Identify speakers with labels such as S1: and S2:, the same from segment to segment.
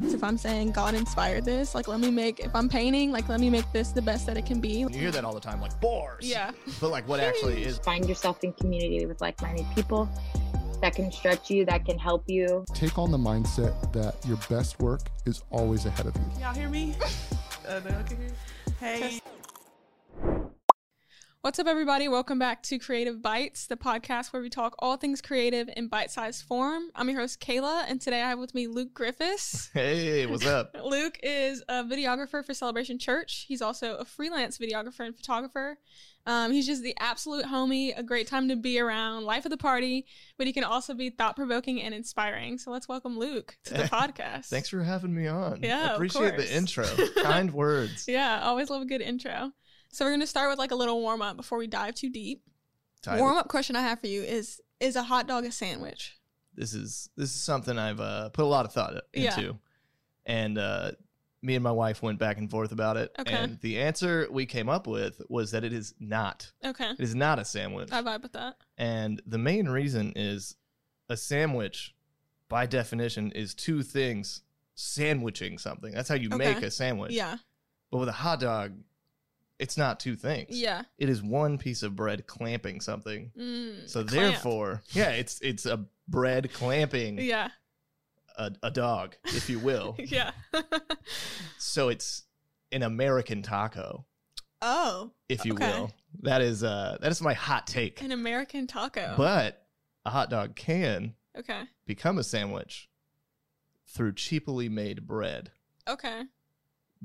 S1: if I'm saying God inspired this, like let me make if I'm painting, like let me make this the best that it can be.
S2: You hear that all the time, like bars.
S1: Yeah.
S2: But like what actually is
S3: Find yourself in community with like minded people that can stretch you, that can help you.
S4: Take on the mindset that your best work is always ahead of you.
S5: Y'all hear me? uh, no, okay, here. Hey.
S1: What's up, everybody? Welcome back to Creative Bites, the podcast where we talk all things creative in bite sized form. I'm your host, Kayla, and today I have with me Luke Griffiths.
S2: Hey, what's up?
S1: Luke is a videographer for Celebration Church. He's also a freelance videographer and photographer. Um, he's just the absolute homie, a great time to be around, life of the party, but he can also be thought provoking and inspiring. So let's welcome Luke to the
S2: Hey,
S1: podcast.
S2: Thanks for having me on.
S1: Yeah, of
S2: Appreciate
S1: course.
S2: the intro. kind words.
S1: Yeah, always love a good intro. So we're going to start with like a little warm up before we dive too deep.
S2: Title.
S1: Warm up question I have for you is Is a hot dog a sandwich?
S2: This is this is something I've uh, put a lot of thought
S1: Yeah.
S2: into. And uh me and my wife went back and forth about it.
S1: Okay.
S2: And the answer we came up with was that it is not.
S1: Okay.
S2: It is not a sandwich.
S1: I vibe with that.
S2: And the main reason is a sandwich, by definition, is two things sandwiching something. That's how you make
S1: Okay.
S2: a sandwich.
S1: Yeah.
S2: But with a hot dog, it's not two things.
S1: Yeah.
S2: It is one piece of bread clamping something.
S1: Mm,
S2: So
S1: a clamp.
S2: therefore, yeah, it's it's a bread clamping
S1: Yeah.
S2: a, a dog, if you will.
S1: Yeah.
S2: so it's an American taco,
S1: oh,
S2: if you
S1: Okay.
S2: will. That is uh that is my hot take.
S1: an American taco.
S2: But a hot dog can
S1: okay.
S2: become a sandwich through cheaply made bread
S1: Okay.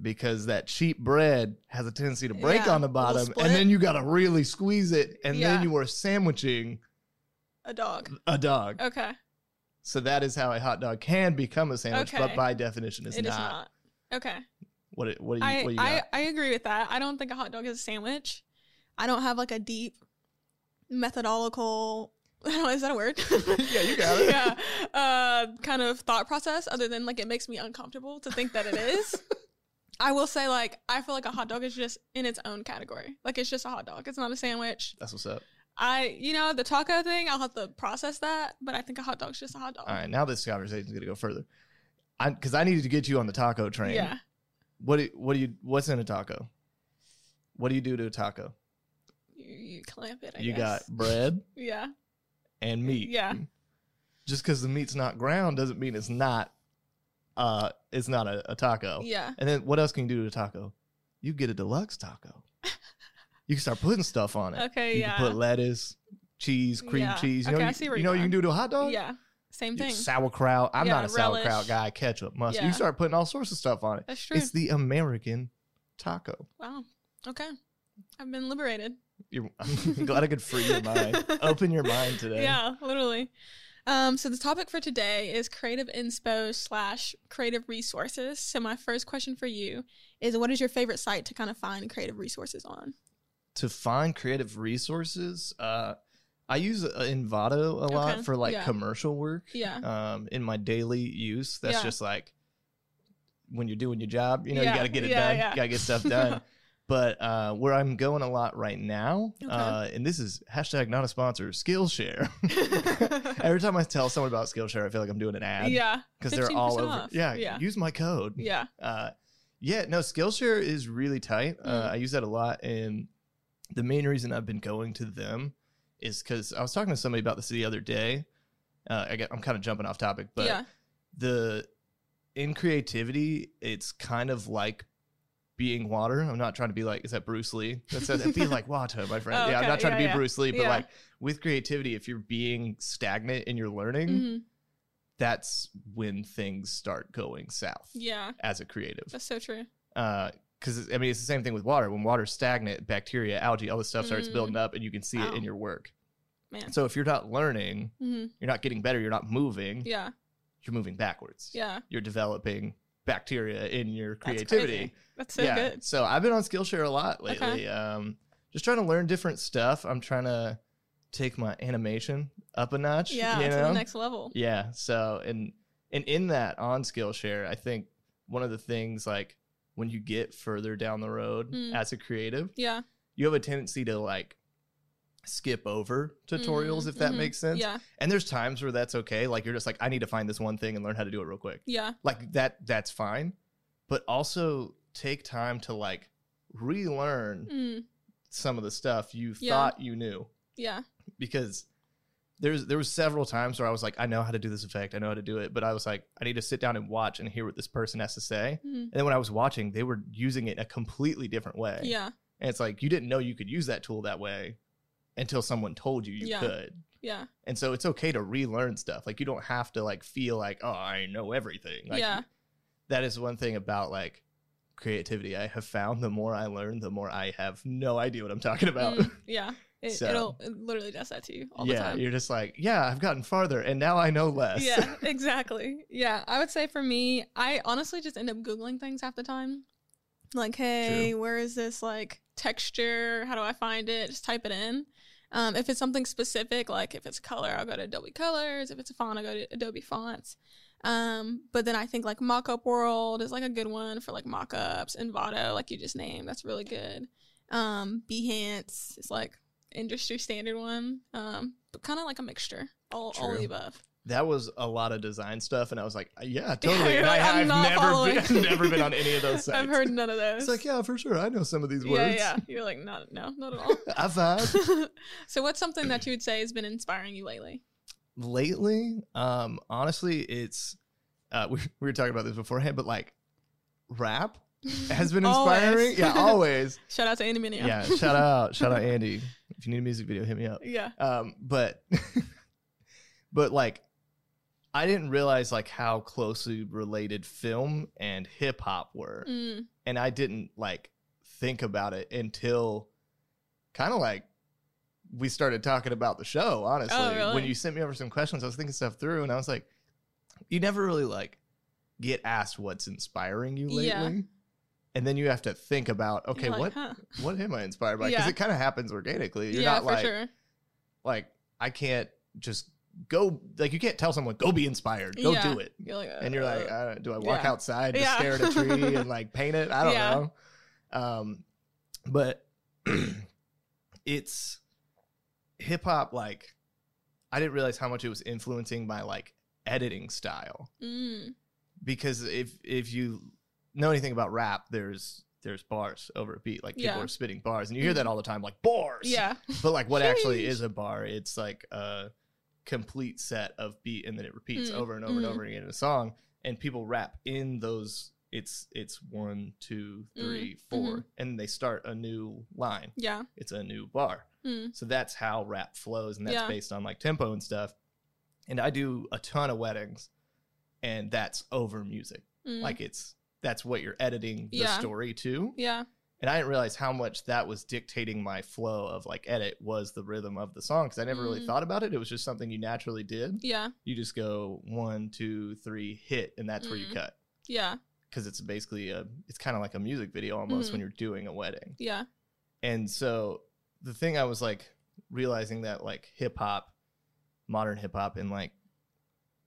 S2: because that cheap bread has a tendency to break
S1: Yeah,
S2: on the
S1: little
S2: bottom
S1: split.
S2: and then you got to really squeeze it and
S1: Yeah.
S2: then you are sandwiching
S1: A dog.
S2: a dog.
S1: Okay.
S2: So that is how a hot dog can become a sandwich,
S1: Okay.
S2: but by definition
S1: It
S2: is
S1: is
S2: not.
S1: not. Okay.
S2: What it- what do you
S1: I,
S2: what do you
S1: I,
S2: got?
S1: I agree with that. I don't think a hot dog is a sandwich. I don't have like a deep methodological. I don't- Is that a word?
S2: Yeah, you got it.
S1: yeah, uh, kind of thought process. Other than like, it makes me uncomfortable to think that it is. I will say, like, I feel like a hot dog is just in its own category. Like, it's just a hot dog. It's not a sandwich.
S2: That's what's up.
S1: I, you know, the taco thing. I'll have to process that, but I think a hot dog's just a hot dog.
S2: All right, now this conversation is going to go further. I cuz I needed to get you on the taco train.
S1: Yeah.
S2: What do, what do you what's in a taco? What do you do to a taco?
S1: You, you clamp it. I
S2: You
S1: guess.
S2: got bread
S1: Yeah.
S2: and meat.
S1: Yeah.
S2: Just because the meat's not ground doesn't mean it's not uh it's not a, a taco.
S1: Yeah.
S2: And then what else can you do to a taco? You get a deluxe taco. you can start putting stuff on it.
S1: Okay.
S2: you
S1: yeah.
S2: can put lettuce, cheese, cream
S1: Yeah.
S2: cheese. You
S1: Okay,
S2: know,
S1: I
S2: you,
S1: see where
S2: you
S1: you're
S2: know what you can do to a hot dog?
S1: yeah. Same
S2: You-
S1: thing.
S2: sauerkraut. I'm
S1: Yeah,
S2: not a sauerkraut
S1: relish.
S2: guy. Ketchup, mustard.
S1: Yeah.
S2: You start putting all sorts of stuff on it.
S1: That's true.
S2: It's the American taco.
S1: Wow. Okay. I've been liberated.
S2: You're, I'm glad I could free your mind. Open your mind today.
S1: Yeah, literally. Um, so the topic for today is creative inspo slash creative resources. So my first question for you is what is your favorite site to kind of find creative resources on?
S2: to find creative resources, uh, I use uh, Envato a lot
S1: Okay,
S2: for like
S1: yeah.
S2: commercial work.
S1: Yeah.
S2: Um, in my daily use, that's
S1: Yeah.
S2: just like when you're doing your job, you know,
S1: Yeah,
S2: you got to get it
S1: yeah,
S2: done,
S1: yeah.
S2: got to get stuff done. but uh, where I'm going a lot right now,
S1: Okay.
S2: uh, and this is hashtag not a sponsor, Skillshare. Every time I tell someone about Skillshare, I feel like I'm doing an ad.
S1: yeah.
S2: Because they're all
S1: 15%
S2: over.
S1: off.
S2: Yeah,
S1: Yeah.
S2: Use my code.
S1: Yeah.
S2: Uh, yeah, no, Skillshare is really tight. Uh,
S1: Mm.
S2: I use that a lot, and the main reason I've been going to them is because I was talking to somebody about this the other day. Uh, I get, I'm kind of jumping off topic, but
S1: yeah.
S2: the in creativity, it's kind of like being water. I'm not trying to be like, is that Bruce Lee? That says be like water, my friend.
S1: Oh,
S2: Yeah,
S1: okay.
S2: I'm not trying to
S1: Yeah,
S2: be
S1: yeah.
S2: Bruce Lee, but
S1: Yeah.
S2: like with creativity, if you're being stagnant in your learning,
S1: Mhm.
S2: that's when things start going south
S1: Yeah.
S2: as a creative
S1: That's so true.
S2: because I mean uh, it's the same thing with water. When water's stagnant, bacteria, algae, all this stuff starts
S1: Mm.
S2: building up, and you can see it
S1: Wow.
S2: in your work.
S1: Man.
S2: So if you're not learning,
S1: hmm
S2: you're not getting better, you're not moving,
S1: Yeah.
S2: you're moving backwards.
S1: Yeah.
S2: You're developing bacteria in your
S1: That's
S2: creativity.
S1: crazy. That's so
S2: yeah.
S1: good.
S2: So I've been on Skillshare a lot
S1: Okay.
S2: lately. Um, just trying to learn different stuff. I'm trying to take my animation up a notch.
S1: Yeah.
S2: you
S1: To
S2: know?
S1: the next level.
S2: Yeah. So and and in that on Skillshare, I think one of the things like when you get further down the road
S1: Mm.
S2: as a creative,
S1: Yeah.
S2: you have a tendency to like skip over tutorials if that
S1: mhm.
S2: makes sense.
S1: Yeah.
S2: And there's times where that's okay. Like you're just like, I need to find this one thing and learn how to do it real quick.
S1: Yeah.
S2: Like that that's fine. But also take time to like relearn
S1: Mm,
S2: some of the stuff you
S1: Yeah.
S2: thought you knew.
S1: yeah.
S2: Because there's there was several times where I was like, I know how to do this effect, I know how to do it, but I was like, I need to sit down and watch and hear what this person has to say.
S1: Mm,
S2: And then when I was watching, they were using it a completely different way.
S1: yeah.
S2: And it's like you didn't know you could use that tool that way until someone told you you
S1: Yeah.
S2: could.
S1: Yeah.
S2: And so it's okay to relearn stuff. Like you don't have to like feel like, oh, I know everything. Like
S1: Yeah.
S2: that is one thing about like creativity. I have found the more I learn, the more I have no idea what I'm talking about.
S1: Mm, yeah. It,
S2: So-
S1: It'll it literally does that to you all the
S2: yeah.
S1: time.
S2: You're just like, yeah, I've gotten farther and now I know less.
S1: Yeah, exactly. Yeah, I would say for me, I honestly just end up googling things half the time. Like, hey, where is this like texture? How do I find it? Just type it in. Um, if it's something specific, like if it's color, I'll go to Adobe Colors. If it's a font, I'll go to Adobe Fonts. Um, but then I think like Mockup World is like a good one for like mockups and Envato, like you just named. That's really good. Um, Behance is like industry standard one. Um, but kind of like a mixture, all, all
S2: True.
S1: the above.
S2: that was a lot of design stuff. And I was like, "Uh, yeah, totally.
S1: you're
S2: and I,
S1: like, I'm
S2: have
S1: not
S2: never been,
S1: following.
S2: I've never been on any of those sites.
S1: I've heard none of those.
S2: it's like, yeah, for sure. I know some of these
S1: yeah,
S2: words.
S1: yeah. You're like, not, no, not at all.
S2: I vibe.
S1: so, what's something that you would say has been inspiring you lately?
S2: lately um honestly it's uh we, we were talking about this beforehand but like rap has been
S1: Always.
S2: inspiring yeah always
S1: Shout out to Andy Minio.
S2: yeah. shout out shout out andy if you need a music video hit me up
S1: Yeah.
S2: um but but like i didn't realize like how closely related film and hip-hop were
S1: Mm,
S2: and i didn't like think about it until kind of like we started talking about the show honestly
S1: Oh, really?
S2: when you sent me over some questions i was thinking stuff through and i was like you never really like get asked what's inspiring you lately
S1: Yeah.
S2: and then you have to think about okay
S1: You're like,
S2: what
S1: huh.
S2: what am i inspired by because
S1: Yeah.
S2: it kind of happens organically you're
S1: yeah,
S2: not
S1: for
S2: like
S1: sure.
S2: like i can't just go like you can't tell someone go be inspired go
S1: Yeah.
S2: do it
S1: You're like,
S2: and you're like,
S1: uh,
S2: I don't, do I walk
S1: yeah.
S2: outside to
S1: Yeah.
S2: stare at a tree and like paint it? I don't
S1: Yeah.
S2: know. Um, but it's hip hop. Like, I didn't realize how much it was influencing my like editing style
S1: mm,
S2: because if if you know anything about rap, there's there's bars over a beat. Like people
S1: Yeah. Mm-hmm.
S2: are spitting bars, and you hear that all the time. Like bars.
S1: yeah,
S2: But like, what actually
S1: Sheesh.
S2: is a bar? It's like a complete set of beat, and then it repeats
S1: Mm,
S2: over and over and
S1: mhm.
S2: over again in a song. And people rap in those. It's it's one, two,
S1: Mm,
S2: three, four,
S1: mm-hmm.
S2: and they start a new line.
S1: yeah.
S2: It's a new bar.
S1: Mm,
S2: So that's how rap flows, and that's
S1: Yeah.
S2: based on like tempo and stuff. And I do a ton of weddings, and that's over music.
S1: mm,
S2: Like it's that's what you're editing the
S1: Yeah.
S2: story to.
S1: yeah,
S2: And I didn't realize how much that was dictating my flow of like edit was the rhythm of the song because I never really
S1: Mm.
S2: thought about it. It was just something you naturally did.
S1: yeah,
S2: You just go one, two, three, hit, and that's where you
S1: Mm.
S2: cut
S1: yeah,
S2: because it's basically a it's kind of like a music video almost when you're doing a wedding.
S1: yeah,
S2: And so the thing I was like realizing that like hip hop, modern hip hop, and like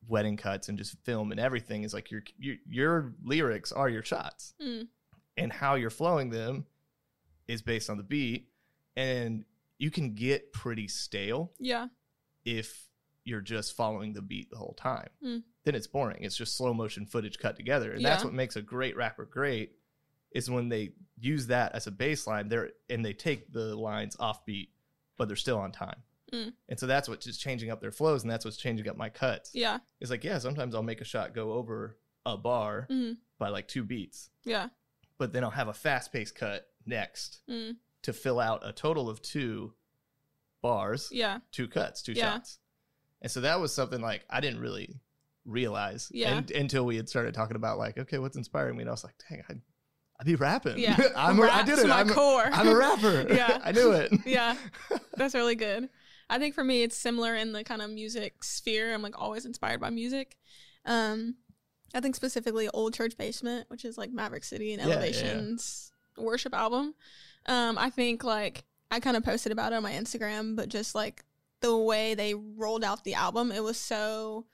S2: wedding cuts and just film and everything is like your your, your lyrics are your shots
S1: mm,
S2: and how you're flowing them is based on the beat and you can get pretty stale
S1: yeah,
S2: if you're just following the beat the whole time
S1: Mm.
S2: then it's boring it's just slow motion footage cut together and that's
S1: Yeah.
S2: what makes a great rapper great is when they use that as a baseline there and they take the lines off beat but they're still on time
S1: Mm.
S2: and so that's what's just changing up their flows and that's what's changing up my cuts
S1: yeah,
S2: it's like yeah sometimes i'll make a shot go over a bar
S1: Mhm.
S2: by like two beats
S1: yeah,
S2: but then I'll have a fast paced cut next
S1: mm,
S2: to fill out a total of two bars,
S1: yeah,
S2: two cuts, two
S1: Yeah.
S2: shots. And so that was something like I didn't really realize
S1: Yeah.
S2: un- until we had started talking about like, okay, what's inspiring me? And I was like, dang, I, I be rapping.
S1: yeah.
S2: I'm a, I did
S1: Raps
S2: it.
S1: My
S2: I'm, a-
S1: core.
S2: I'm a rapper.
S1: Yeah.
S2: I knew it.
S1: yeah, that's really good. I think for me, it's similar in the kind of music sphere. I'm like always inspired by music. Um, I think specifically Old Church Basement, which is like Maverick City and
S2: Yeah, yeah, yeah.
S1: Elevation's worship album. Um, I think like I kind of posted about it on my Instagram, but just like the way they rolled out the album, it was so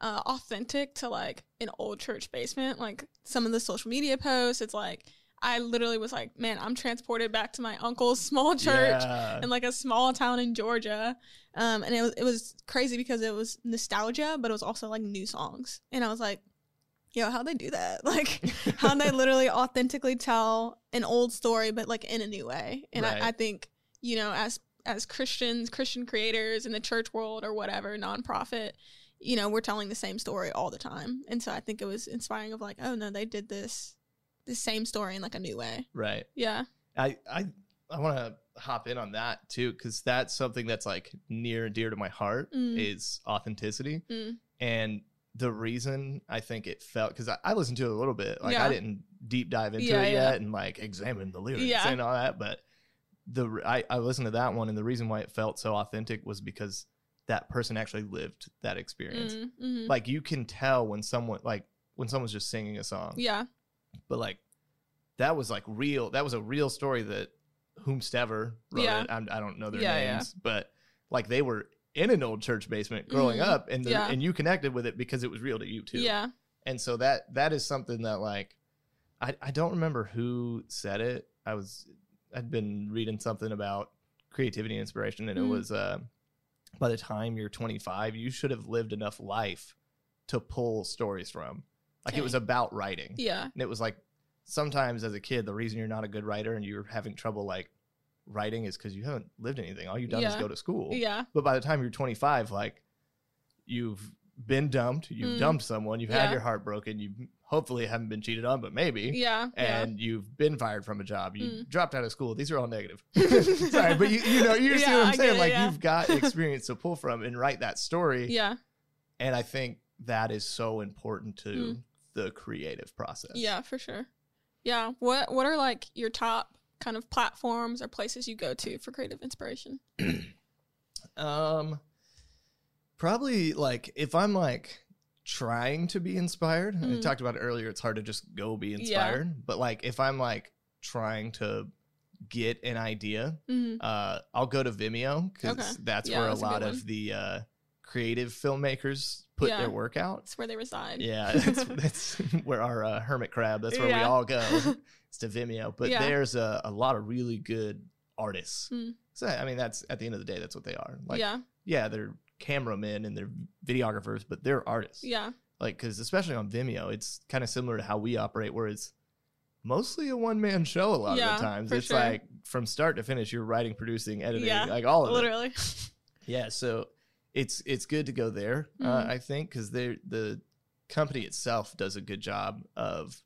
S1: uh, authentic to like an old church basement. Like some of the social media posts, it's like I literally was like, man, I'm transported back to my uncle's small church
S2: Yeah.
S1: in like a small town in Georgia. Um, and it was it was crazy because it was nostalgia, but it was also like new songs. And I was like, yo, how'd they do that? Like how they literally authentically tell an old story, but like in a new way. And
S2: Right.
S1: I, I think, you know, as as Christians, Christian creators in the church world or whatever, nonprofit, you know, we're telling the same story all the time. And so I think it was inspiring of like, oh no, they did this the same story in like a new way.
S2: right.
S1: Yeah.
S2: I I I want to hop in on that too because that's something that's like near and dear to my heart
S1: Mm.
S2: is authenticity
S1: Mm.
S2: and the reason I think it felt because I, I listened to it a little bit like I
S1: Yeah.
S2: didn't deep dive into
S1: Yeah,
S2: it
S1: yeah.
S2: yet and like examine the lyrics
S1: Yeah.
S2: and all that but the re- I, I listened to that one and the reason why it felt so authentic was because that person actually lived that experience
S1: Mm, mhm.
S2: like you can tell when someone like when someone's just singing a song
S1: Yeah.
S2: but like that was like real that was a real story that whomstever wrote
S1: Yeah.
S2: it. I'm, i don't know their
S5: Yeah, yeah.
S2: names but like they were in an old church basement growing
S1: Mhm.
S2: up and the,
S1: Yeah.
S2: and you connected with it because it was real to you too
S1: Yeah.
S2: and so that that is something that like i i don't remember who said it i was i'd been reading something about creativity and inspiration and it
S1: Mm.
S2: was uh by the time you're 25 you should have lived enough life to pull stories from like it was
S1: Dang.
S2: about writing
S1: Yeah.
S2: and it was like sometimes as a kid, the reason you're not a good writer and you're having trouble like writing is because you haven't lived anything. All you've done is
S1: Yeah.
S2: go to school.
S1: Yeah.
S2: But by the time you're 25, like you've been dumped, you've
S1: Mm.
S2: dumped someone, you've had
S1: Yeah.
S2: your heart broken, you hopefully haven't been cheated on, but maybe.
S1: Yeah. yeah.
S2: And you've been fired from a job. You
S1: Mm.
S2: dropped out of school. These are all negative. Sorry, but you, you know, you see
S1: Yeah,
S2: what
S1: I
S2: I'm
S1: get
S2: saying.
S1: it,
S2: like
S1: yeah.
S2: you've got experience to pull from and write that story.
S1: Yeah.
S2: And I think that is so important to
S1: Mm.
S2: the creative process.
S1: Yeah, for sure. Yeah. What what are like your top kind of platforms or places you go to for creative inspiration?
S2: Um, probably like if I'm like trying to be inspired, I
S1: Mm.
S2: talked about it earlier. It's hard to just go be inspired,
S1: Yeah.
S2: but like if I'm like trying to get an idea,
S1: Mm-hmm.
S2: uh, I'll go to Vimeo because
S1: Okay.
S2: that's
S1: Yeah,
S2: where
S1: that's
S2: a
S1: a good
S2: lot
S1: one.
S2: of the uh, creative filmmakers put
S1: Yeah.
S2: their work out.
S1: That's where they reside.
S2: Yeah, that's, that's where our uh, hermit crab. That's where we
S1: Yeah.
S2: all go. It's to Vimeo, but
S1: Yeah.
S2: there's a, a lot of really good artists.
S1: Mm.
S2: So I mean, that's at the end of the day, that's what they are. Like,
S1: yeah.
S2: yeah, they're cameramen and they're videographers, but they're artists.
S1: Yeah.
S2: Like, because especially on Vimeo, it's kind of similar to how we operate, where it's mostly a one man show a lot
S1: Yeah,
S2: of the times.
S1: for
S2: It's
S1: sure.
S2: like from start to finish, you're writing, producing, editing,
S1: Yeah,
S2: like all of it.
S1: Literally.
S2: Yeah. So it's it's good to go there, uh,
S1: Mhm.
S2: I think, because they the company itself does a good job of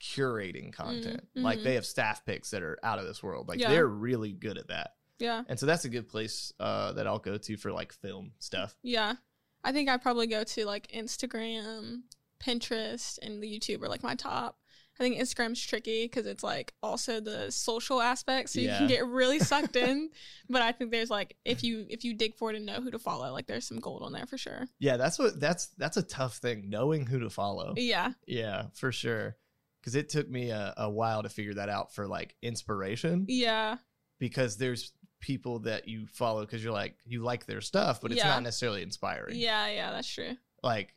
S2: curating content. Like
S1: mhm.
S2: they have staff picks that are out of this world. Like
S1: Yeah.
S2: they're really good at that.
S1: Yeah.
S2: And so that's a good place uh, that I'll go to for like film stuff.
S1: Yeah. I think I probably go to like Instagram, Pinterest, and the YouTube are like my top. I think Instagram's tricky because it's like also the social aspect, so you
S2: Yeah.
S1: can get really sucked in. But I think there's like if you if you dig for it and know who to follow, like there's some gold on there for sure.
S2: Yeah, that's what that's that's a tough thing knowing who to follow.
S1: Yeah,
S2: Yeah, for sure. Cuz it took me a, a while to figure that out for like inspiration
S1: yeah,
S2: because there's people that you follow cuz you're like you like their stuff, but it's
S1: Yeah.
S2: not necessarily inspiring.
S1: yeah, yeah. That's true.
S2: Like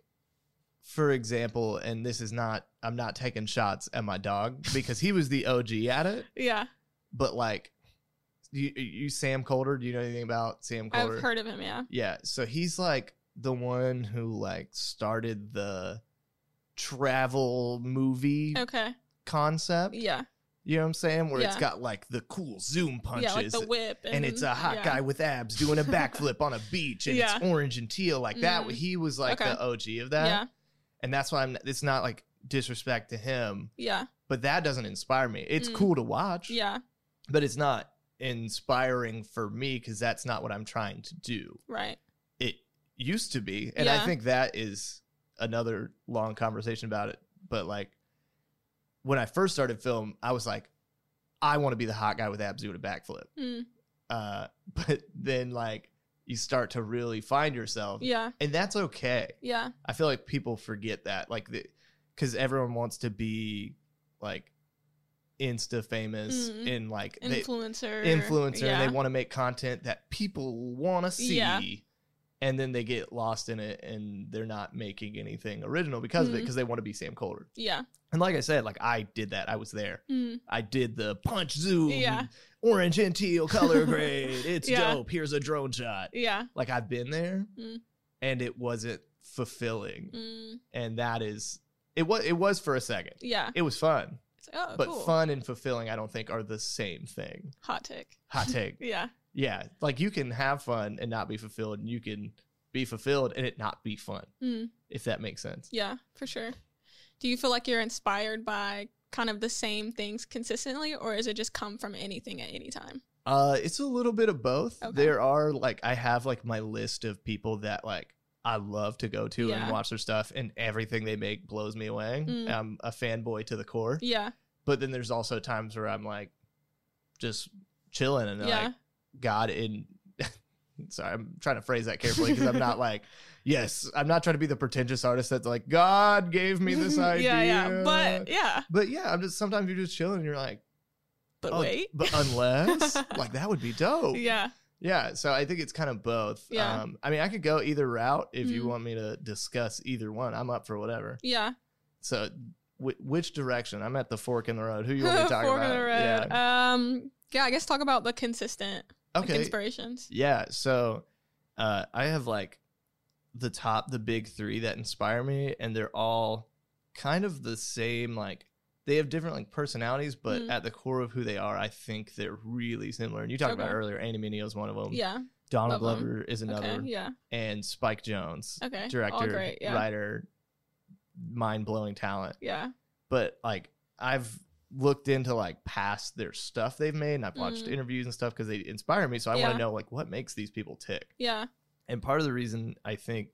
S2: for example, and this is not I'm not taking shots at my dog because he was the OG at it,
S1: Yeah,
S2: but like you, you Sam Colder, do you know anything about Sam Colder?
S1: I've heard of him. Yeah,
S2: Yeah, so he's like the one who like started the travel movie
S1: okay,
S2: concept.
S1: Oh. yeah,
S2: You know what I'm saying? Where it's
S1: Yeah.
S2: got like the cool zoom punches.
S1: yeah, like the whip, and,
S2: and it's a hot
S1: yeah.
S2: guy with abs doing a backflip on a beach and
S1: Yeah.
S2: it's orange and teal like that.
S1: Mm.
S2: He was like
S1: Okay.
S2: the OG of that.
S1: Yeah,
S2: And that's why I'm it's not like disrespect to him,
S1: yeah,
S2: but that doesn't inspire me. It's
S1: Mm.
S2: cool to watch,
S1: yeah.
S2: but it's not inspiring for me cuz that's not what I'm trying to do
S1: Right.
S2: it used to be and i
S1: Yeah.
S2: think that is another long conversation about it but like when i first started film i was like i want to be the hot guy with abs doing a backflip
S1: Mm,
S2: uh, but then like you start to really find yourself
S1: yeah,
S2: and that's okay
S1: yeah,
S2: i feel like people forget that like because everyone wants to be like insta famous
S1: Mm.
S2: and like they,
S1: influencer,
S2: influencer
S1: yeah.
S2: and they want to make content that people want to see
S1: Yeah.
S2: and then they get lost in it and they're not making anything original because of it
S1: Mhm.
S2: because they want to be Sam Colder.
S1: Yeah.
S2: And like I said, like I did that. I was there.
S1: Mm.
S2: I did the punch zoom,
S1: Yeah.
S2: orange and teal color grade. It's
S1: Yeah.
S2: dope. Here's a drone shot.
S1: Yeah.
S2: Like I've been there,
S1: Mm.
S2: and it wasn't fulfilling.
S1: Mm.
S2: And that is it. Was it was for a second.
S1: Yeah.
S2: It was fun,
S1: It's like, oh,
S2: but
S1: cool.
S2: fun and fulfilling, I don't think, are the same thing.
S1: Hot take.
S2: Hot take.
S1: Yeah.
S2: Yeah, like you can have fun and not be fulfilled, and you can be fulfilled and it not be fun,
S1: Mm.
S2: if that makes sense.
S1: Yeah, for sure. Do you feel like you're inspired by kind of the same things consistently, or is it just come from anything at any time?
S2: Uh, it's a little bit of both.
S1: Okay.
S2: There are like I have like my list of people that like I love to go to
S1: Yeah.
S2: and watch their stuff, and everything they make blows me away.
S1: Mm.
S2: I'm a fanboy to the core.
S1: Yeah.
S2: But then there's also times where I'm like just chilling and
S1: yeah.
S2: like God in. Sorry, I'm trying to phrase that carefully because I'm not like, yes, I'm not trying to be the pretentious artist that's like, God gave me this idea.
S1: yeah. Yeah. But yeah.
S2: but yeah, I'm just sometimes you're just chilling and you're like,
S1: But
S2: oh,
S1: wait.
S2: but unless, like, that would be dope.
S1: yeah.
S2: Yeah, so I think it's kind of both.
S1: Yeah.
S2: Um, I mean, I could go either route if you
S1: Mhm.
S2: want me to discuss either one. I'm up for whatever.
S1: Yeah.
S2: So, wh- which direction? I'm at the fork in the road. Who you want me to talk
S1: Fork
S2: about?
S1: in the road.
S2: Yeah.
S1: Um. Yeah. I guess talk about the consistent like,
S2: okay.
S1: inspirations.
S2: Yeah. So, uh, I have like the top, the big three that inspire me, and they're all kind of the same. Like they have different like personalities, but
S1: Mhm.
S2: at the core of who they are, I think they're really similar. And you talked about
S1: Okay.
S2: earlier, Annie Mineo is one of them.
S1: Yeah.
S2: Donald
S1: love 'em.
S2: Glover is another.
S1: Okay. Yeah.
S2: and Spike Jones,
S1: Okay. All
S2: director,
S1: great. Yeah.
S2: writer, mind blowing talent.
S1: Yeah.
S2: But like I've looked into like past their stuff they've made, and I've watched
S1: Mm.
S2: interviews and stuff because they inspire me. So I want
S1: Yeah.
S2: to know like what makes these people tick.
S1: Yeah.
S2: And part of the reason I think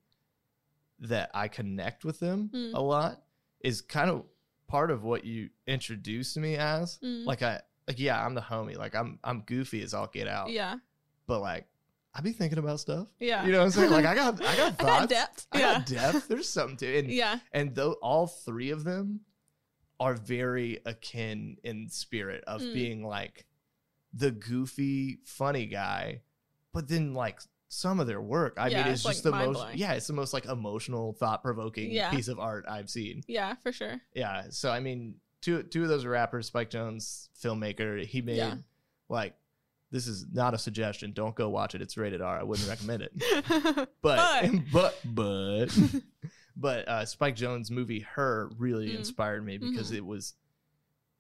S2: that I connect with them
S1: Mm.
S2: a lot is kind of part of what you introduced me as.
S1: Mm.
S2: Like I like yeah, I'm the homie. Like I'm I'm goofy as all get out.
S1: Yeah.
S2: But like I be thinking about stuff.
S1: Yeah.
S2: You know what I'm saying? Like I got
S1: I
S2: I got
S1: got
S2: thoughts.
S1: depth.
S2: I
S1: yeah.
S2: got depth. There's something to it. And,
S1: yeah.
S2: and though all three of them are very akin in spirit of
S1: Mm.
S2: being like the goofy, funny guy, but then like some of their work, I
S1: Yeah,
S2: mean,
S1: it's,
S2: it's, just
S1: like,
S2: the most,
S1: mind-blowing.
S2: yeah, it's the most like emotional, thought provoking
S1: Yeah.
S2: piece of art I've seen.
S1: Yeah. For sure.
S2: Yeah. So I mean, two two of those are rappers, Spike Jones, filmmaker. He made
S1: Yeah.
S2: like this is not a suggestion. Don't go watch it. It's rated R. I wouldn't recommend it but but but but uh, Spike Jones' movie Her really
S1: Mm.
S2: inspired me because
S1: Mhm.
S2: it was,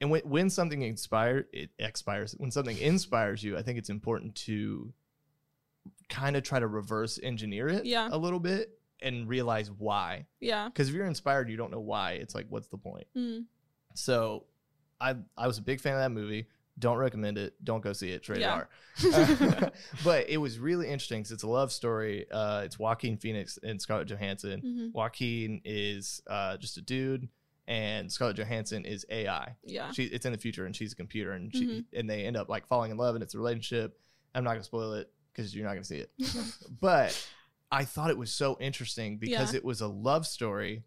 S2: and when when something inspired it expires when something inspires you, I think it's important to kind of try to reverse engineer it
S1: Yeah.
S2: a little bit and realize why.
S1: yeah.
S2: Because if you're inspired, you don't know why. It's like what's the point?
S1: Mm.
S2: So I I was a big fan of that movie. Don't recommend it. Don't go see it. It's rated
S1: Yeah.
S2: R.
S1: Mm-hmm,
S2: but it was really interesting because it's a love story. Uh, it's Joaquin Phoenix and Scarlett Johansson.
S1: Mhm.
S2: Joaquin is uh, just a dude, and Scarlett Johansson is AI.
S1: Yeah.
S2: She it's in the future, and she's a computer, and she
S1: Mhm.
S2: and they end up like falling in love, and it's a relationship. I'm not gonna spoil it because you're not gonna see it,
S1: mm-hmm,
S2: but I thought it was so interesting because it was a love story,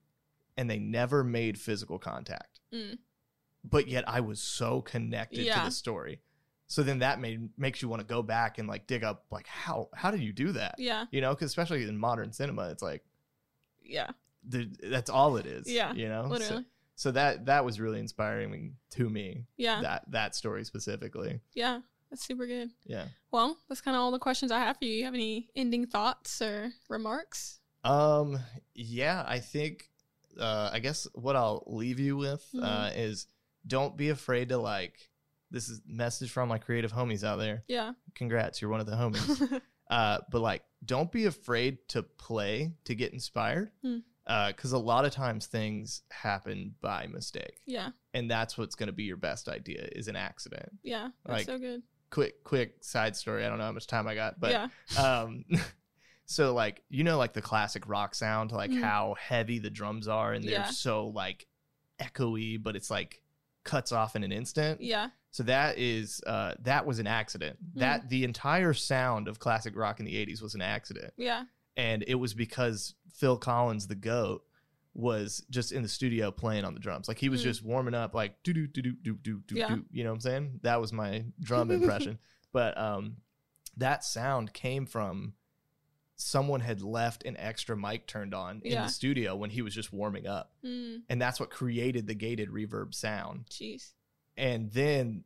S2: and they never made physical contact,
S1: Mm.
S2: but yet I was so connected to
S1: Yeah.
S2: the story. So then that made makes you want to go back and like dig up like how how did you do that?
S1: Yeah.
S2: You know, because especially in modern cinema, it's like
S1: Yeah.
S2: the, that's all it is.
S1: Yeah,
S2: you know, So-
S1: Literally.
S2: So, that that was really inspiring to me.
S1: Yeah.
S2: That that story specifically.
S1: Yeah. That's super good.
S2: Yeah.
S1: Well, that's kind of all the questions I have for you. You have any ending thoughts or remarks?
S2: Um. Yeah, I think. Uh, I guess what I'll leave you with uh,
S1: Mm-hmm.
S2: is don't be afraid to like. This is message from my creative homies out there.
S1: Yeah.
S2: Congrats, you're one of the homies. uh, but like, don't be afraid to play to get inspired.
S1: Hmm.
S2: Because a lot of times things happen by mistake.
S1: yeah.
S2: and that's what's going to be your best idea is an accident
S1: Yeah. That's
S2: Like,
S1: so good.
S2: quick quick side story i don't know how much time i got but
S1: yeah.
S2: um so like you know like the classic rock sound like
S1: Mhm.
S2: how heavy the drums are and they're
S1: Yeah.
S2: so like echoey but it's like cuts off in an instant
S1: Yeah. Mm-hmm.
S2: so that is uh that was an accident that the entire sound of classic rock in the 80s was an accident
S1: Yeah.
S2: and it was because Phil Collins, the goat, was just in the studio playing on the drums. Like he was
S1: Mm.
S2: just warming up, like do do do do do do do.
S1: Yeah.
S2: do. You know what I'm saying? That was my drum impression. But um, that sound came from someone had left an extra mic turned on in
S1: Yeah.
S2: the studio when he was just warming up.
S1: Mm,
S2: And that's what created the gated reverb sound.
S1: jeez.
S2: And then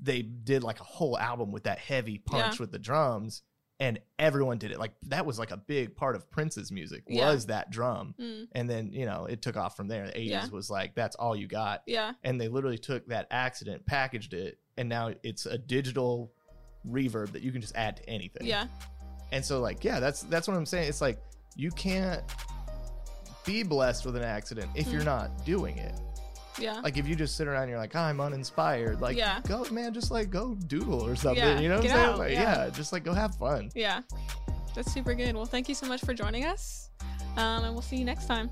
S2: they did like a whole album with that heavy punch with the drums and everyone did it. Like that was like a big part of Prince's music
S1: Yeah.
S2: was that drum.
S1: Mm,
S2: And then, you know, it took off from there. The 80s
S1: Yeah.
S2: was like that's all you got
S1: yeah.
S2: and they literally took that accident, packaged it, and now it's a digital reverb that you can just add to anything.
S1: Yeah.
S2: And so like, yeah, that's that's what I'm saying. It's like you can't be blessed with an accident if you're
S1: Mm.
S2: not doing it.
S1: Yeah.
S2: Like if you just sit around and you're like, I'm uninspired, like
S1: Yeah.
S2: go man, just like go doodle or something.
S1: Yeah,
S2: You know what
S1: get
S2: I'm saying?
S1: out,
S2: Like
S1: yeah.
S2: yeah, just like go have fun.
S1: Yeah. That's super good. Well, thank you so much for joining us. Um, and we'll see you next time.